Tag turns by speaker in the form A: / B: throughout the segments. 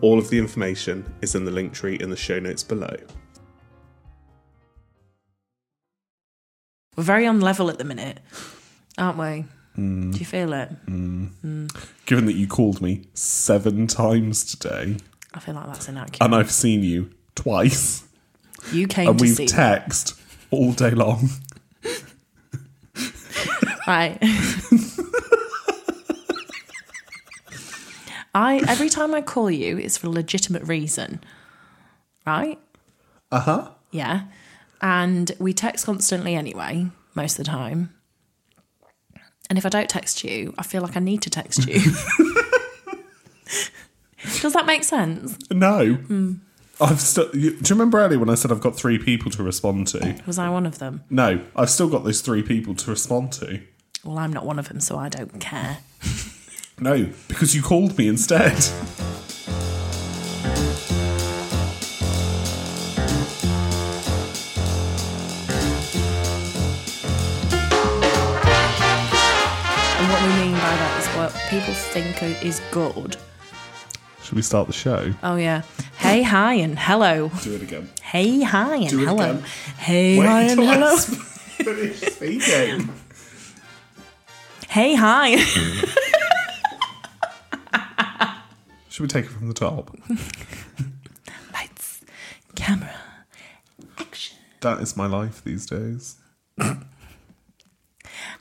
A: All of the information is in the link tree in the show notes below.
B: We're very on level at the minute, aren't we?
A: Mm.
B: Do you feel it?
A: Given that you called me seven times today
B: I feel like that's inaccurate.
A: and I've seen you twice
B: you came
A: Uh, and
B: to
A: we've
B: see,
A: texted all day long,
B: right? I every time I call you, it's for a legitimate reason, right?
A: uh huh,
B: Yeah, and we text constantly anyway, most of the time. And if I don't text you, I feel like I need to text you. Does that make sense?
A: no.
B: Hmm.
A: I've still. you- Do you remember earlier when I said I've got three people to respond to?
B: Was I one of them?
A: No, I've still got those three people to respond to.
B: Well, I'm not one of them, so I don't care.
A: No, because you called me instead.
B: And what we mean by that is what people think o- is good.
A: Should we start the show?
B: Oh yeah. Hey, hi, and hello.
A: Do it again.
B: Hey, hi, and
A: Do it
B: hello.
A: again.
B: Hey, hi, and
A: till I
B: hello.
A: finish speaking.
B: Hey, hi.
A: Should we take it from the top?
B: Lights, camera, action.
A: That is my life these days.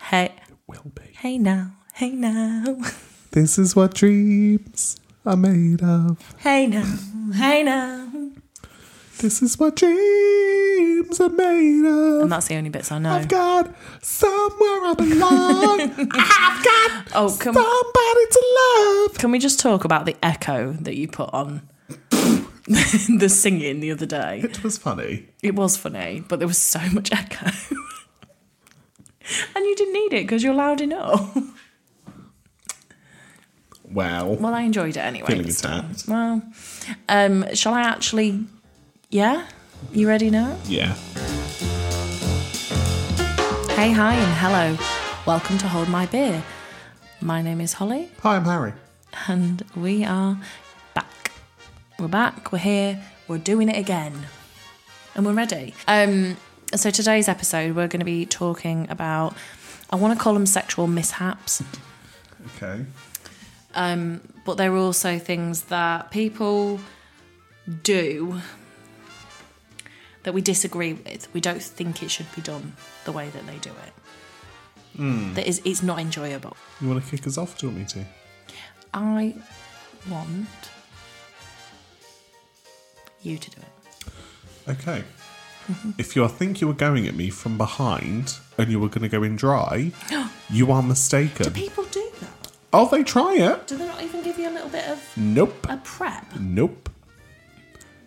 B: Hey,
A: Will be.
B: hey now, hey now,
A: This is what dreams are made of.
B: hey now, hey now.
A: This is what dreams are made
B: And
A: of.
B: that's the only bits I know.
A: I've got somewhere I belong. I've got
B: Oh, can
A: somebody to love.
B: can we just talk about the echo that you put on? the singing the other day.
A: It was funny.
B: It was funny, but there was so much echo. and you didn't need it because you're loud enough.
A: Wow.
B: Well, I enjoyed it anyway.
A: Feeling
B: this time.
A: attacked.
B: Well, um, shall I actually? Yeah? You ready now?
A: Yeah.
B: Hey, hi, and hello. Welcome to Hold My Beer. My name is Holly,
A: Hi, I'm Harry.
B: and we are back. We're back, we're here, we're doing it again. And we're ready. Um, so, today's episode, we're going to be talking about, I want to call them sexual mishaps.
A: Okay.
B: um, but there are also things that people do that we disagree with. We don't think it should be done the way that they do it.
A: Hmm.
B: That is, it's not enjoyable.
A: You want to kick us off? Do you want me
B: I want you to do it.
A: to? Okay.
B: Mm-hmm.
A: If you think you were going at me from behind and you were going to go in dry, you are mistaken.
B: People do that.
A: Oh, they try it.
B: Do they not even give you a little bit of
A: Nope.
B: a prep?
A: Nope.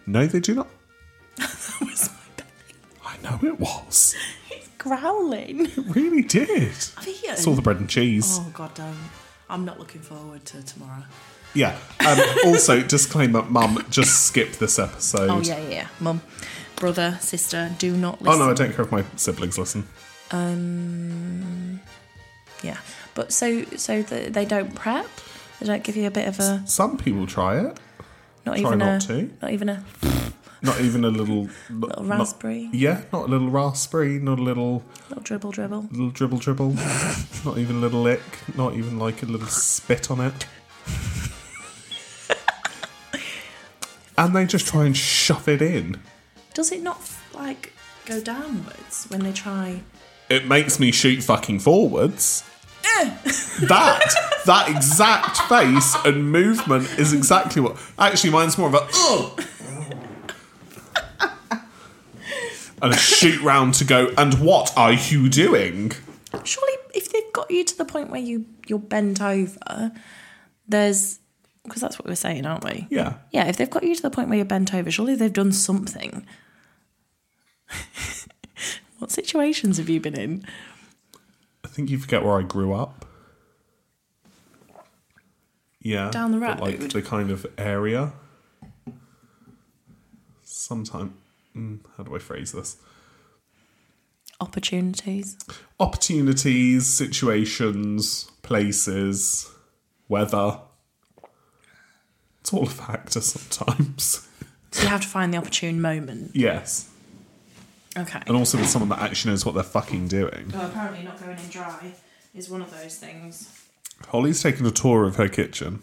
A: No, they do not.
B: That was my baby.
A: I know it was.
B: He's growling.
A: It really did.
B: I've eaten.
A: It's all the bread and cheese.
B: Oh god, damn. I'm not looking forward to tomorrow.
A: Yeah. Um, also, disclaimer, Mum, just skip this episode.
B: Oh yeah, yeah, yeah. Mum, brother, sister, do not
A: Oh,
B: listen.
A: no, I don't care if my siblings listen.
B: Um, yeah, but so so the, they don't prep. They don't give you a bit of a
A: Some people try it. Try
B: not even
A: not
B: a
A: to.
B: not even a
A: Not even a little,
B: little
A: not-
B: raspberry,
A: yeah, not a little raspberry, not a little
B: little dribble dribble.
A: little dribble dribble, not even a little lick, not even like a little spit on it. and they just try and shove it in.
B: Does it not like go downwards when they try?
A: It makes me shoot fucking forwards.
B: Eh!
A: that that exact face and movement is exactly what. Actually, mine's more of a ugh, and a shoot round to go. And what are you doing?
B: Surely, if they've got you to the point where you you're bent over, there's because that's what we're saying, aren't we?
A: Yeah,
B: Yeah, if they've got you to the point where you're bent over, surely they've done something. what situations have you been in?
A: I think you forget where I grew up. Yeah,
B: Down the
A: but, like
B: road?
A: the kind of area. Sometime, mm, how do I phrase this?
B: Opportunities.
A: opportunities, situations, places, weather. It's all a factor sometimes.
B: So you have to find the opportune moment.
A: yes.
B: Okay.
A: And also with someone that actually knows what they're fucking doing.
B: Well, apparently not going in dry is one of those things.
A: Holly's taken a tour of her kitchen.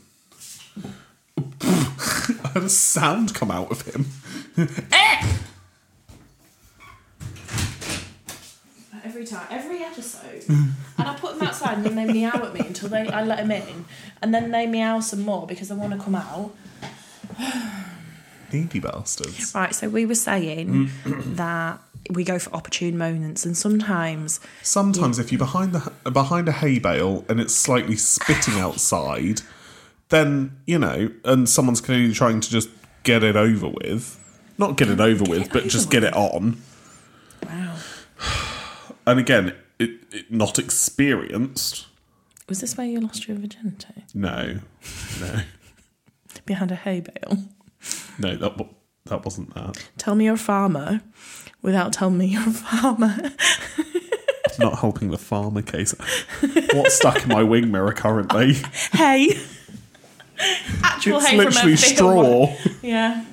A: I had a sound come out of him.
B: Every time, every episode, and I put them outside, and then they meow at me until they I let them in, and then they meow some more because they want to come out.
A: Needy bastards.
B: Right. So we were saying that we go for opportune moments, and sometimes
A: Sometimes if you're behind the behind a hay bale and it's slightly spitting outside, then you know, and someone's clearly trying to just get it over with, not get it over with,
B: it
A: but
B: over
A: just get
B: with.
A: it on.
B: wow,
A: And again, it, it not experienced.
B: was this where you lost your virginity
A: No, no,
B: behind a hay bale?
A: no, that wa- that wasn't that.
B: Tell me you're a farmer, without telling me you're a farmer.
A: It's not helping the farmer case. What's stuck in my wing mirror currently?
B: hay. Actual
A: it's
B: hay from a
A: literally
B: field.
A: straw.
B: Yeah.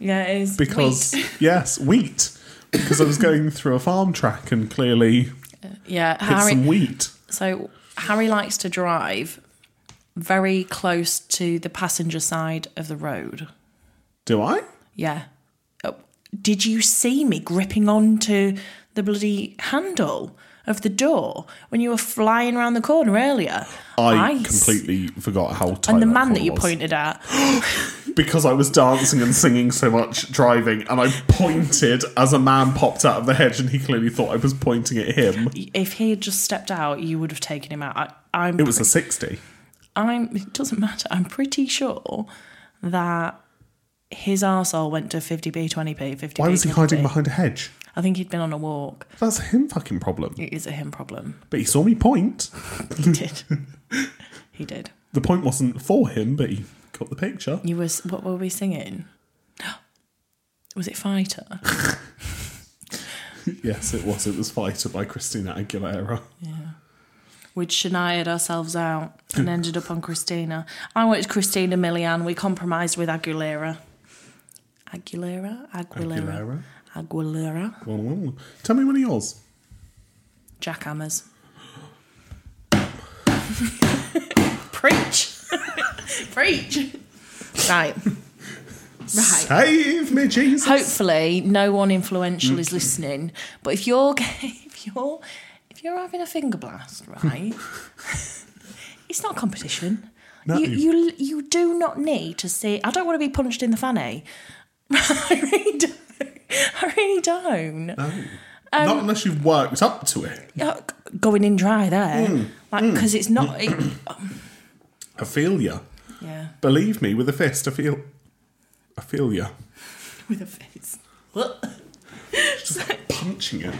B: Yeah, it is.
A: because
B: wheat.
A: yes, wheat. Because I was going through a farm track and clearly
B: yeah,
A: hit
B: Harry.
A: some wheat.
B: So Harry likes to drive very close to the passenger side of the road.
A: Do I?
B: Yeah. Oh, did you see me gripping onto the bloody handle of the door when you were flying around the corner earlier?
A: I
B: Ice.
A: completely forgot how tight
B: And
A: that
B: the man
A: corner
B: that you
A: was.
B: pointed at.
A: because I was dancing and singing so much driving, and I pointed as a man popped out of the hedge, and he clearly thought I was pointing at him.
B: If he had just stepped out, you would have taken him out. I, I'm.
A: It was a sixty.
B: I'm. It doesn't matter. I'm pretty sure that his arsehole went to 50p, 20p, 50p.
A: Why was he hiding
B: 20p.
A: behind a hedge?
B: I think he'd been on a walk.
A: That's a him fucking problem.
B: It is a him problem.
A: But he saw me point.
B: He did. he did.
A: The point wasn't for him, but he got the picture.
B: You was what were we singing? Was it Fighter?
A: Yes, it was. It was Fighter by Christina Aguilera.
B: We'd Shania'd ourselves out and ended up on Christina. I went to Christina Milian. We compromised with Aguilera. Aguilera? Aguilera.
A: Aguilera.
B: Aguilera.
A: Well, well, Tell me one of yours.
B: Jackhammers. Preach. Preach. Right. Right.
A: Save me, Jesus.
B: hopefully no one influential is listening but if you're if you're if you're having a finger blast right it's not competition
A: No.
B: you, you you do not need to see i don't want to be punched in the fanny i really don't i really don't um,
A: Not unless you've worked up to it.
B: Yeah, g- going in dry there like because it's not it,
A: I feel ya.
B: yeah
A: Believe me, with a fist, I feel. I feel ya.
B: with a face
A: Just punching it.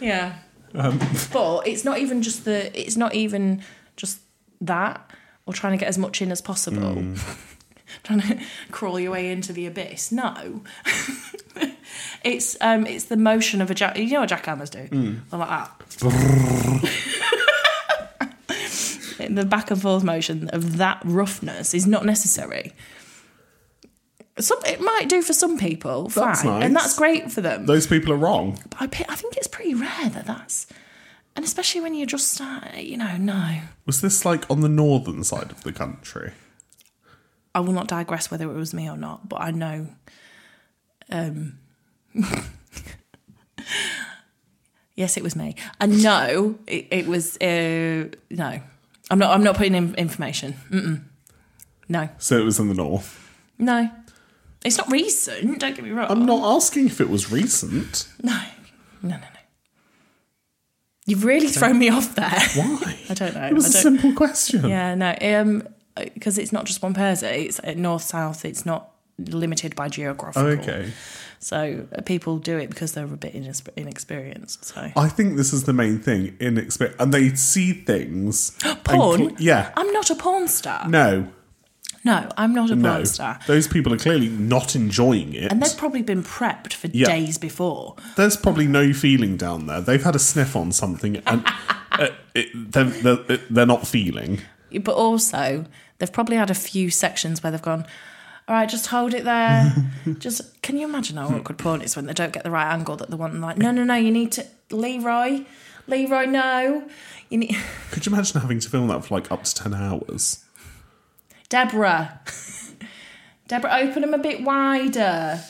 B: Yeah.
A: Um,
B: but it's not even just the. It's not even just that. Or trying to get as much in as possible.
A: Hmm.
B: trying to crawl your way into the abyss. No. it's um. It's the motion of a jack. You know what jackhammers do?
A: Hmm.
B: They're like that. the back and forth motion of that roughness is not necessary. Some, it might do for some people, fine,
A: That's nice.
B: and that's great for them.
A: Those people are wrong.
B: I, pi- I think it's pretty rare that that's, and especially when you just start, you know, no.
A: Was this like on the northern side of the country?
B: I will not digress whether it was me or not, but I know. Um, Yes, it was me. And no, it, it was uh, no. I'm not. I'm not putting in information. Mm-mm. No,
A: So it was in the north.
B: no. It's not recent. Don't get me wrong.
A: I'm not asking if it was recent.
B: No, no, no, no. You've really thrown me off there.
A: Why?
B: I don't know.
A: It was
B: I
A: a
B: don't-
A: simple question.
B: Yeah, no, um, because it's not just one person. It's uh, north south. It's not limited by geographical.
A: Okay.
B: So uh, people do it because they're a bit inex- inexperienced. So
A: I think this is the main thing in expe- and they see things. and
B: Porn? Ah,
A: cl- yeah.
B: I'm not a porn star.
A: No.
B: No, I'm not a porn
A: No.
B: star.
A: Those people are clearly not enjoying it.
B: And they've probably been prepped for
A: Yeah.
B: days before.
A: There's probably no feeling down there. They've had a sniff on something and uh, it, they're, they're, they're not feeling.
B: But also, they've probably had a few sections where they've gone, all right, just hold it there. just can you imagine how awkward porn is when they don't get the right angle that they want? And like, no, no, no, you need to, Leroy, Leroy, no, you need
A: Could you imagine having to film that for like up to 10 hours?
B: Deborah, Deborah, open them a bit wider.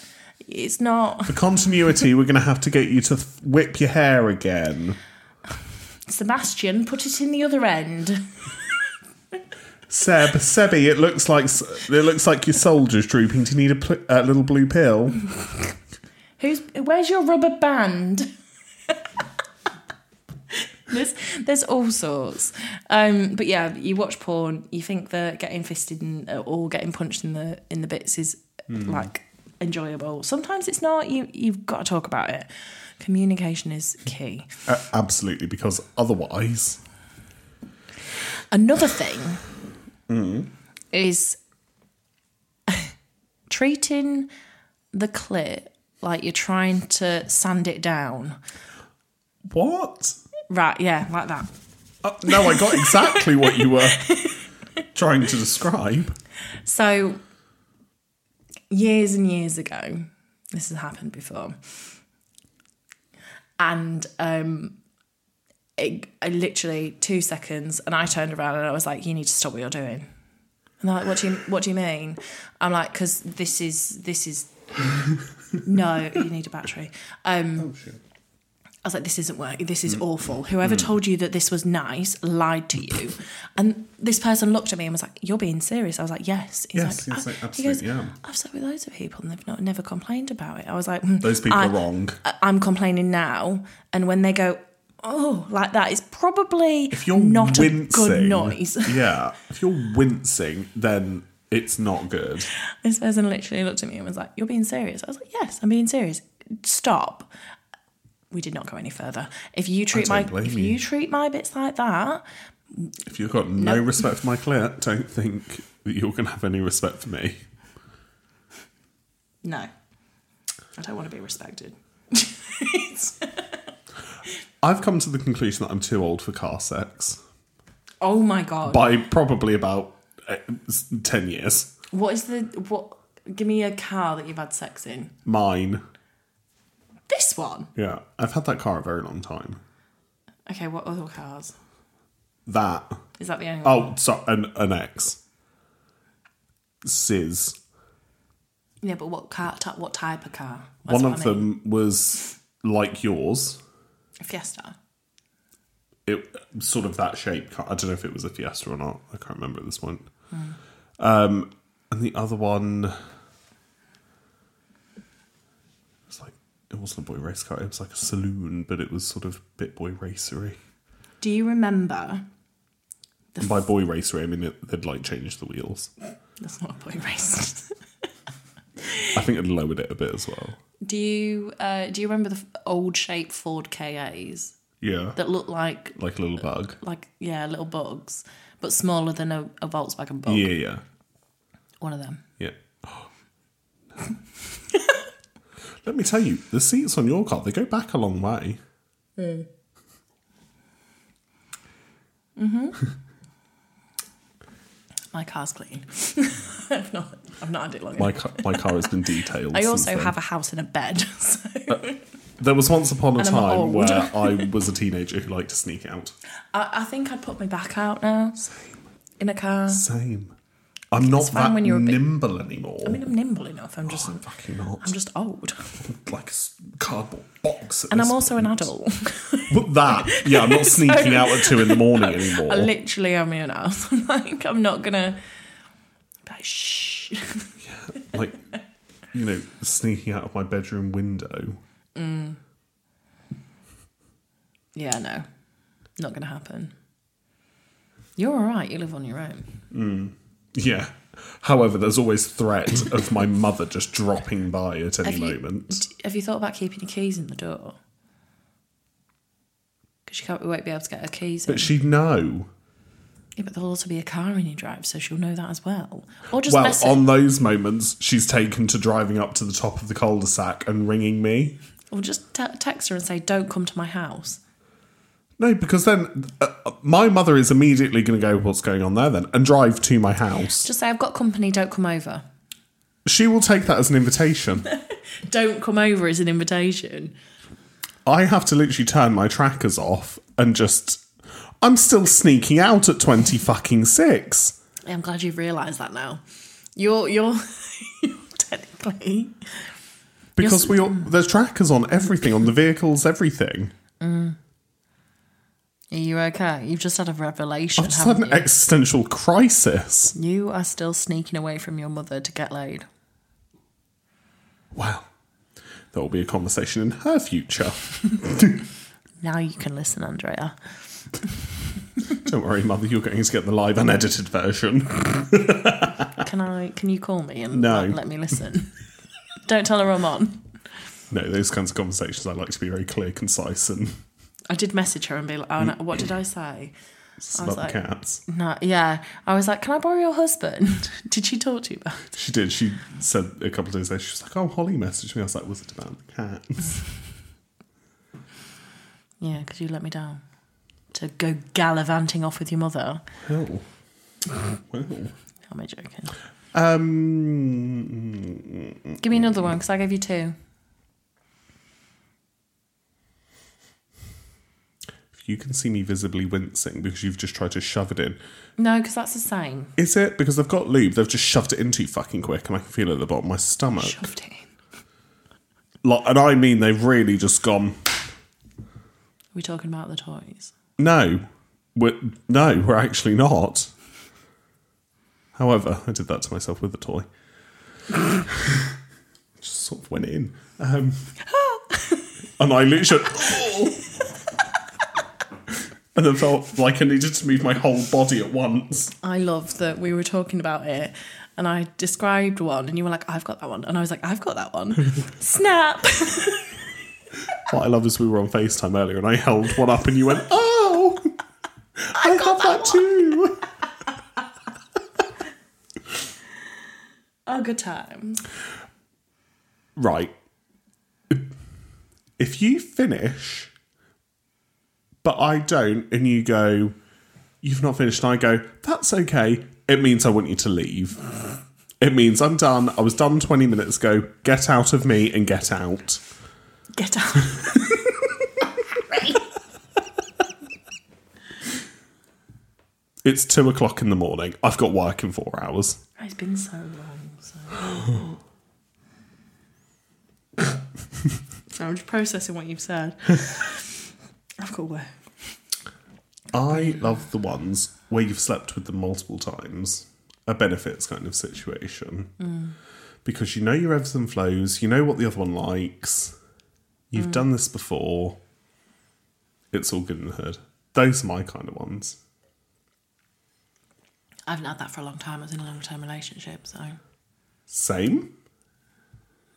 B: It's not.
A: For continuity, we're going to have to get you to th- whip your hair again.
B: Sebastian, put it in the other end.
A: Seb, Sebby, it looks like s- it looks like your soldier's drooping. Do you need a pl- uh, little blue pill?
B: Who's where's your rubber band? there's there's all sorts. Um, but yeah, you watch porn, you think that getting fisted and uh, or getting punched in the in the bits is like enjoyable. Sometimes it's not. You you've got to talk about it. Communication is key.
A: Uh, absolutely, because otherwise,
B: Another thing is treating the clit like you're trying to sand it down.
A: what?
B: Right, yeah, like that.
A: Uh, no, I got exactly what you were trying to describe.
B: So, years and years ago, this has happened before, and um, it, I literally two seconds, and I turned around and I was like, "You need to stop what you're doing." And they're like, "What do you What do you mean?" I'm like, "Cause this is this is." no, you need a battery. Um,
A: Oh shit! Mm.
B: I was like, this isn't working. This is awful. Whoever told you that this was nice lied to you. And this person looked at me and was like, you're being serious. I was like, yes. He's
A: Yes, yes, I
B: "Oh." He
A: absolutely am.
B: I've slept with loads of people and they've not, never complained about it. I was like, "Mm,
A: Those people
B: I-
A: are wrong.
B: I- I'm complaining now. And when they go, oh, like that, it's probably
A: If you're
B: not
A: wincing,
B: a good noise.
A: yeah. If you're wincing, then it's not good.
B: This person literally looked at me and was like, You're being serious. I was like, Yes, I'm being serious. Stop. We did not go any further. If you treat
A: don't
B: my
A: blame
B: if
A: you.
B: you. treat my bits like that,
A: If you've got no respect for my client, don't think that you're going to have any respect for me.
B: no. I don't want to be respected.
A: I've come to the conclusion that I'm too old for car sex
B: oh my god.
A: by probably about uh, s- 10 years.
B: what is the what give me a car that you've had sex in?
A: Mine.
B: This one.
A: Yeah. I've had that car a very long time.
B: Okay, what other cars?
A: That.
B: Is that the only one?
A: Oh, sorry, an, an ex. Sizz.
B: Yeah, but what car ty- what type of car? That's
A: One
B: what
A: of
B: I mean.
A: them was like yours.
B: Fiesta.
A: It sort of that shape. I don't know if it was a Fiesta or not. I can't remember at this point. Um, and the other one, it's like it wasn't a boy race car. It was like a saloon, but it was sort of bit boy racery.
B: Do you remember
A: And by boy racery, I mean it, they'd like changed the wheels.
B: that's not a boy race.
A: I think it lowered it a bit as well.
B: Do you uh, do you remember the f- old shape Ford KAs
A: Yeah,
B: that look like
A: like a little bug.
B: like yeah little bugs, but smaller than a, a Volkswagen bug?
A: Yeah, yeah,
B: One of them.
A: yeah. Let me tell you, the seats on your car they go back a long way.
B: My car's clean. I've not I've not had it long.
A: My
B: enough.
A: car, my car has been detailed.
B: I
A: since
B: also
A: then.
B: have a house and a bed. So.
A: There was once upon a
B: And I'm
A: time
B: old.
A: where I was a teenager who liked to sneak out.
B: I, I think I'd put my back out now in a car.
A: Same. I'm not
B: fine
A: that
B: when you're a bit-
A: nimble anymore.
B: I mean, I'm nimble enough. I'm just,
A: I'm fucking not.
B: I'm just old,
A: like a s- cardboard box. At
B: and
A: this
B: I'm also an
A: point.
B: adult.
A: But that, yeah, I'm not sneaking out at two in the morning anymore.
B: I literally am an ass. I'm like, I'm not gonna. Like, shh.
A: like, you know, sneaking out of my bedroom window.
B: Yeah, no, not gonna happen. You're all right. You live on your own.
A: Yeah. However, there's always threat of my mother just dropping by at any
B: Have you-
A: moment.
B: D- Have you thought about keeping your keys in the door? Because she can't, we won't be able to get her keys. in.
A: But she'd know.
B: yeah, but there'll also be a car in your drive, so she'll know that as well. Or just
A: Well,
B: message,
A: on those moments, she's taken to driving up to the top of the cul-de-sac and ringing me.
B: or just te- text her and say, "Don't come to my house."
A: No, because then uh, uh, my mother is immediately going to go, "What's going on there?" Then and drive to my house.
B: Just say, "I've got company. Don't come over."
A: She will take that as an invitation.
B: Don't come over is an invitation.
A: I have to literally turn my trackers off and just. I'm still sneaking out at twenty fucking six.
B: Yeah, I'm glad you've realised that now. You're you're, you're technically
A: Because
B: Yes.
A: we all, there's trackers on everything, on the vehicles, everything.
B: Are you okay? You've just had a revelation,
A: I've just had
B: haven't
A: an
B: you?
A: existential crisis.
B: you are still sneaking away from your mother to get laid.
A: Well, there will be a conversation in her future.
B: Now you can listen, Andrea.
A: Don't worry, Mother, you're going to get the live unedited version.
B: Can I? Can you call me and
A: No.
B: let, let me listen? Don't tell her I'm on.
A: No, those kinds of conversations I like to be very clear, concise, and
B: I did message her and be like, "Oh, no, what did I say?"
A: smug
B: like-
A: cats.
B: No, yeah. I was like, "Can I borrow your husband?" did she talk to you about? it?
A: She did. She said a couple of days later, she was like, "Oh, Holly messaged me." I was like, "Was it about the cats?"
B: Yeah, because you let me down to go gallivanting off with your mother.
A: Well, well.
B: Am I joking?
A: Um,
B: Give me another one because I gave you two.
A: you can see me visibly wincing because you've just tried to shove it in.
B: No, because that's the same.
A: Is it because they've got lube? They've just shoved it in too fucking quick, and I can feel it at the bottom of my stomach.
B: Shoved it. in.
A: Like, and I mean, they've really just gone.
B: Are we talking about the toys?
A: No, we're, no, we're actually not. However, I did that to myself with the toy. Just sort of went in, um, and I literally, and then felt like I needed to move my whole body at once.
B: I love that we were talking about it and I described one and you were like, I've got that one. And I was like, I've got that one. Snap.
A: What I love is we were on Facetime earlier, and I held one up, and you went, "Oh, I, have that, too."
B: Oh, good times.
A: Right. If you finish, but I don't, and you go, you've not finished, and I go, that's okay, it means I want you to leave. It means I'm done. I was done 20 minutes ago. Get out of me and get out.
B: Get out.
A: It's two o'clock in the morning. I've got work in four hours.
B: It's been so long. So. so I'm just processing what you've said. I've got work.
A: I love the ones where you've slept with them multiple times, a benefits kind of situation. Because you know your ebbs and flows, you know what the other one likes, you've done this before, it's all good in the hood. Those are my kind of ones.
B: I haven't had that for a long time. I was in a long term relationship, so.
A: Same?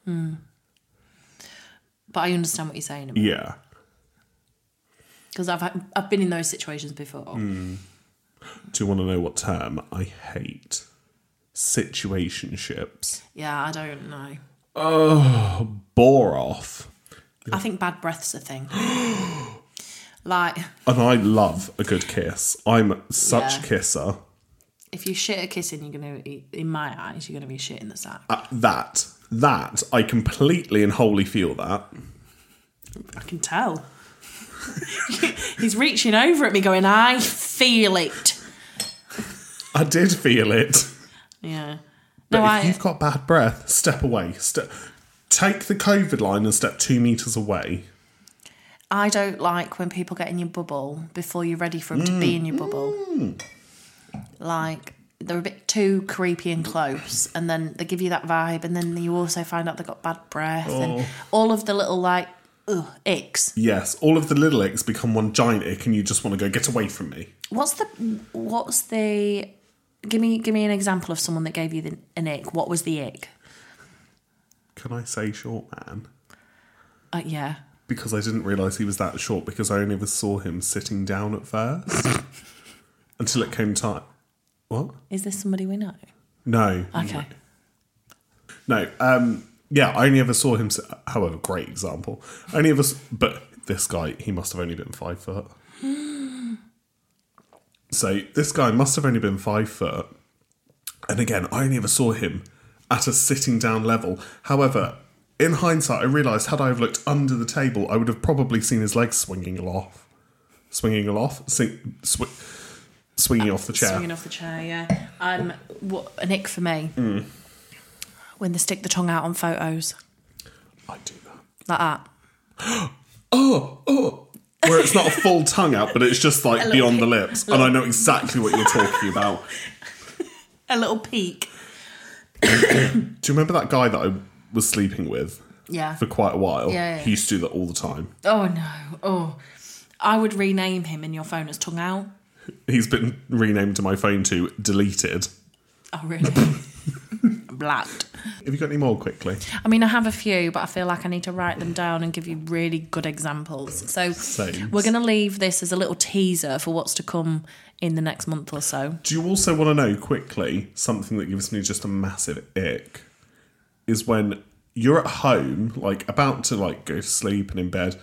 B: But I understand what you're saying.
A: Yeah.
B: Because I've, had- I've been in those situations before.
A: Do you want to know what term I hate? Situationships.
B: Yeah, I don't know.
A: Bore off.
B: I think bad breath's a thing. like,
A: And I love a good kiss. I'm such
B: Yeah.
A: kisser.
B: if you shit a kissing, you're gonna, in my eyes, you're gonna be shitting the sack.
A: Uh, that that I completely and wholly feel that.
B: I can tell. He's reaching over at me, going, "I feel it.
A: I did feel it.
B: Yeah.
A: But
B: No,
A: if
B: I.
A: you've got bad breath, step away. Ste- take the COVID line and step two meters away.
B: I don't like when people get in your bubble before you're ready for them to
A: Mm.
B: be in your bubble. Like they're a bit too creepy and close, and then they give you that vibe, and then you also find out they've got bad breath
A: Oh.
B: and all of the little like ugh, icks.
A: Yes, all of the little icks become one giant ick, and you just want to go get away from me.
B: What's the what's the give me give me an example of someone that gave you the, an ick? What was the ick?
A: Can I say short man?
B: Uh, yeah,
A: Because I didn't realise he was that short. Because I only ever saw him sitting down at first, until it came time. What?
B: is this somebody we know?
A: No.
B: Okay,
A: No. Um. Yeah, I only ever saw him. s- However, great example. I only ever. s- But this guy, he must have only been five foot. so this guy must have only been five foot. And again, I only ever saw him at a sitting down level. However, in hindsight, I realised had I have looked under the table, I would have probably seen his legs swinging aloft, swinging aloft, sing, swi- swinging off the chair.
B: swinging off the chair. Yeah, um, what an ick for me
A: Hmm.
B: when they stick the tongue out on photos
A: I do that.
B: like that.
A: where it's not a full tongue out, but it's just like
B: little
A: beyond the
B: bit.
A: lips. And I know exactly what you're talking about.
B: a little peek.
A: Do you remember that guy that I was sleeping with
B: Yeah.
A: for quite a while?
B: Yeah, yeah.
A: He used to do that all the time.
B: Oh no. Oh, I would rename him in your phone as tongue out.
A: He's been renamed to my phone to deleted.
B: Oh really? Blacked.
A: Have you got any more quickly?
B: I mean, I have a few, but I feel like I need to write them down and give you really good examples. So
A: Saves.
B: we're going to leave this as a little teaser for what's to come in the next month or so.
A: Do you also want to know quickly something that gives me just a massive ick? Is when you're at home, like about to like go to sleep and in bed,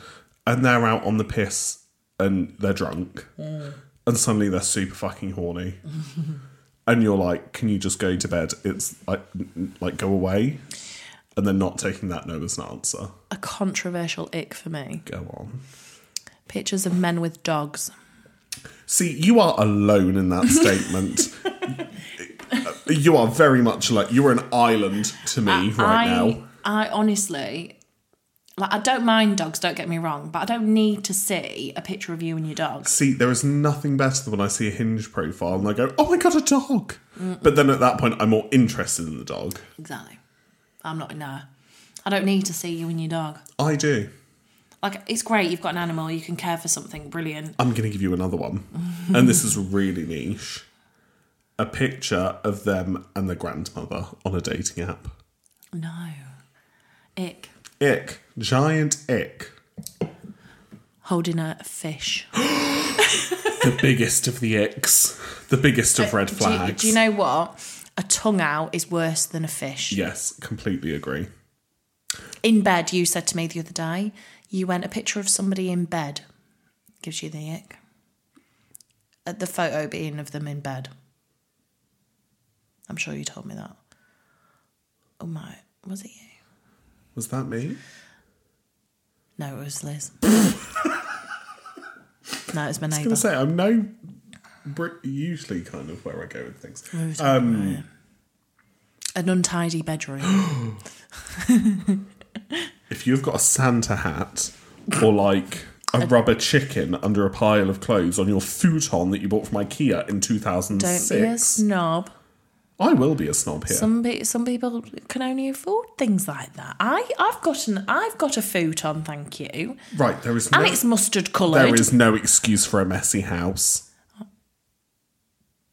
A: and they're out on the piss and they're drunk, and suddenly they're super fucking horny, and you're like, "Can you just go to bed?" It's like, like go away, and they're not taking that no as an answer.
B: A controversial ick for me:
A: Go on.
B: pictures of men with dogs.
A: See, you are alone in that statement. you are very much like you're an island to me right
B: I,
A: now.
B: I honestly, like, I don't mind dogs. Don't get me wrong, but I don't need to see a picture of you and your dog.
A: See, there is nothing better than when I see a hinge profile and I go, "Oh my god, a dog!" But then at that point, I'm more interested in the dog.
B: Exactly. I'm not no. I don't need to see you and your dog.
A: I do.
B: Like it's great you've got an animal, you can care for something brilliant.
A: I'm going to give you another one, and this is really niche. A picture of them and their grandmother on a dating app.
B: No. Ick.
A: Ick, giant ick.
B: Holding a fish.
A: The biggest of the icks. The biggest of red
B: Uh, Do you- Do,
A: flags.
B: you know what? A tongue out is worse than a fish.
A: Yes, completely agree.
B: In bed, you said to me the other day, you went a picture of somebody in bed. Gives you the ick. Uh, The photo being of them in bed. I'm sure you told me that. Oh my, was it you?
A: Was that me?
B: No, it was Liz. no, it was my
A: I was
B: neighbour.
A: going to say, I'm no. Br- usually kind of where I go with things.
B: Oh,
A: um,
B: An untidy bedroom.
A: If you've got a Santa hat or like a rubber chicken under a pile of clothes on your futon that you bought from IKEA in
B: Don't be a
A: 2006,
B: snob.
A: I will be a snob here.
B: Some pe- some people can only afford things like that. I I've got an I've got a futon, thank you,
A: right, there is
B: and
A: no,
B: it's mustard
A: there
B: coloured.
A: is no excuse for a messy house.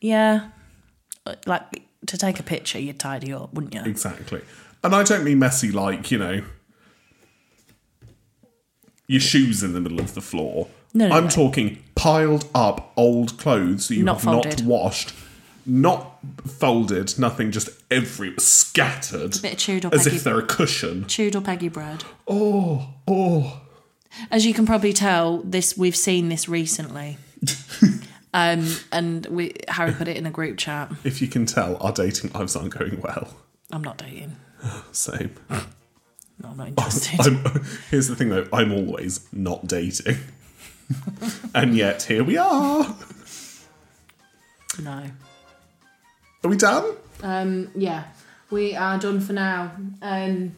B: Yeah, like to take a picture, you'd tidy up, wouldn't you?
A: Exactly. And I don't mean messy like, you know, your shoes in the middle of the floor.
B: No, no,
A: I'm
B: no.
A: talking piled up old clothes that you
B: Not
A: have not
B: folded.
A: washed, not folded, nothing, just every scattered.
B: bit of chewed up
A: as
B: eggy-
A: if they're a cushion.
B: Chewed up eggy bread.
A: Oh, oh.
B: As you can probably tell, this we've seen this recently. um, and we Harry put it in a group chat.
A: If you can tell, our dating lives aren't going well.
B: I'm not dating.
A: Same.
B: No,
A: Oh,
B: I'm not interested.
A: I'm, here's the thing though, I'm always not dating. and yet here we are.
B: no.
A: Are we done?
B: Um, yeah, we are done for now. Um,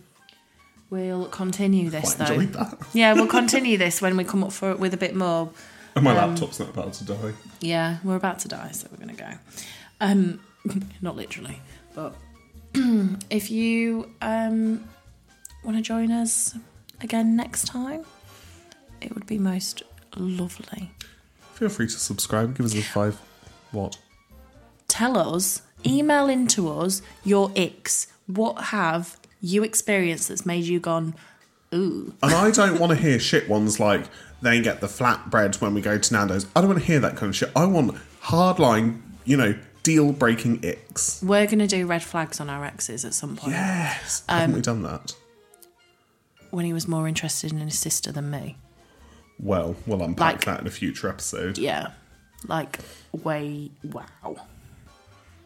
B: we'll continue this
A: Quite
B: though.
A: enjoyed that.
B: yeah, we'll continue this when we come up for with a bit more.
A: And my
B: Um,
A: laptop's not about to die.
B: Yeah, we're about to die, so we're gonna go. Um, not literally, but if you um, want to join us again next time, it would be most lovely.
A: Feel free to subscribe. Give us a five. What?
B: tell us, email into us your icks. What have you experienced that's made you gone, ooh?
A: And I don't want to hear shit ones like they get the flatbread when we go to Nando's. I don't want to hear that kind of shit. I want hardline, you know, deal breaking icks.
B: We're going to do red flags on our exes at some point
A: Yes.
B: Um,
A: Haven't we done that?
B: when he was more interested in his sister than me.
A: Well, we'll unpack
B: Like-
A: that in a future episode.
B: Yeah. Like, way, wow.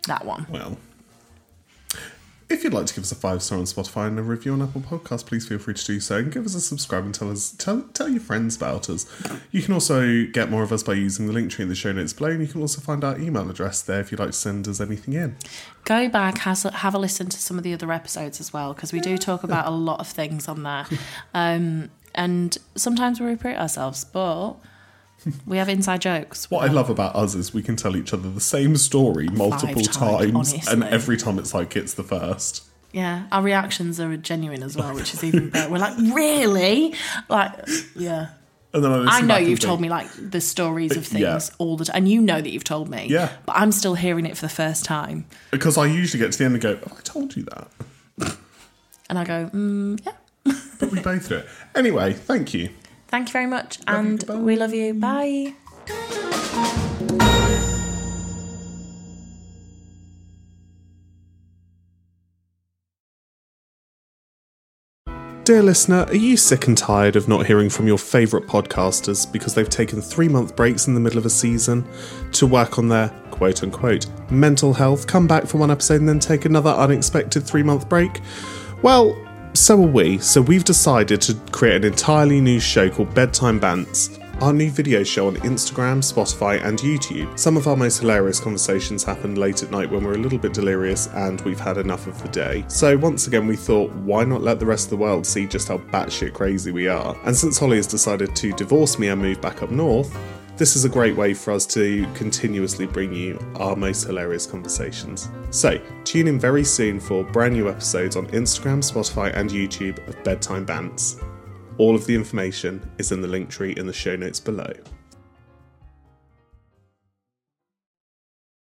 B: That one.
A: Well, if you'd like to give us a five star on Spotify and a review on Apple Podcasts, please feel free to do so and give us a subscribe and tell us tell tell your friends about us. You can also get more of us by using the link tree in the show notes below, and you can also find our email address there if you'd like to send us anything in.
B: Go back, has, have a listen to some of the other episodes as well, because we do talk about a lot of things on there. Um, and sometimes we repeat ourselves, but we have inside jokes.
A: What I love about us is we can tell each other the same story multiple
B: times,
A: times, and
B: honestly.
A: every time it's like it's the first.
B: Yeah, our reactions are genuine as well, which is even better. We're like, really? Like, yeah.
A: And then I,
B: I
A: listen
B: know
A: back and
B: you've told
A: think,
B: me like the stories of things
A: Yeah.
B: all the time, and you know that you've told me.
A: Yeah.
B: But I'm still hearing it for the first time,
A: because I usually get to the end and go, "Have I told you that?"
B: and I go, mm, yeah.
A: But we both do it anyway. Thank you.
B: Thank you very much,
A: you,
B: and
A: bye.
B: we love you. Bye.
A: Dear listener, are you sick and tired of not hearing from your favourite podcasters because they've taken three month breaks in the middle of a season to work on their quote unquote mental health, come back for one episode and then take another unexpected three month break? Well, so are we, so we've decided to create an entirely new show called Bedtime Bants. Our new video show on Instagram, Spotify, and YouTube. Some of our most hilarious conversations happen late at night when we're a little bit delirious and we've had enough of the day. So, once again, we thought, why not let the rest of the world see just how batshit crazy we are? And since Holly has decided to divorce me and move back up north, this is a great way for us to continuously bring you our most hilarious conversations. So, tune in very soon for brand new episodes on Instagram, Spotify, and YouTube of Bedtime Bants. All of the information is in the link tree in the show notes below.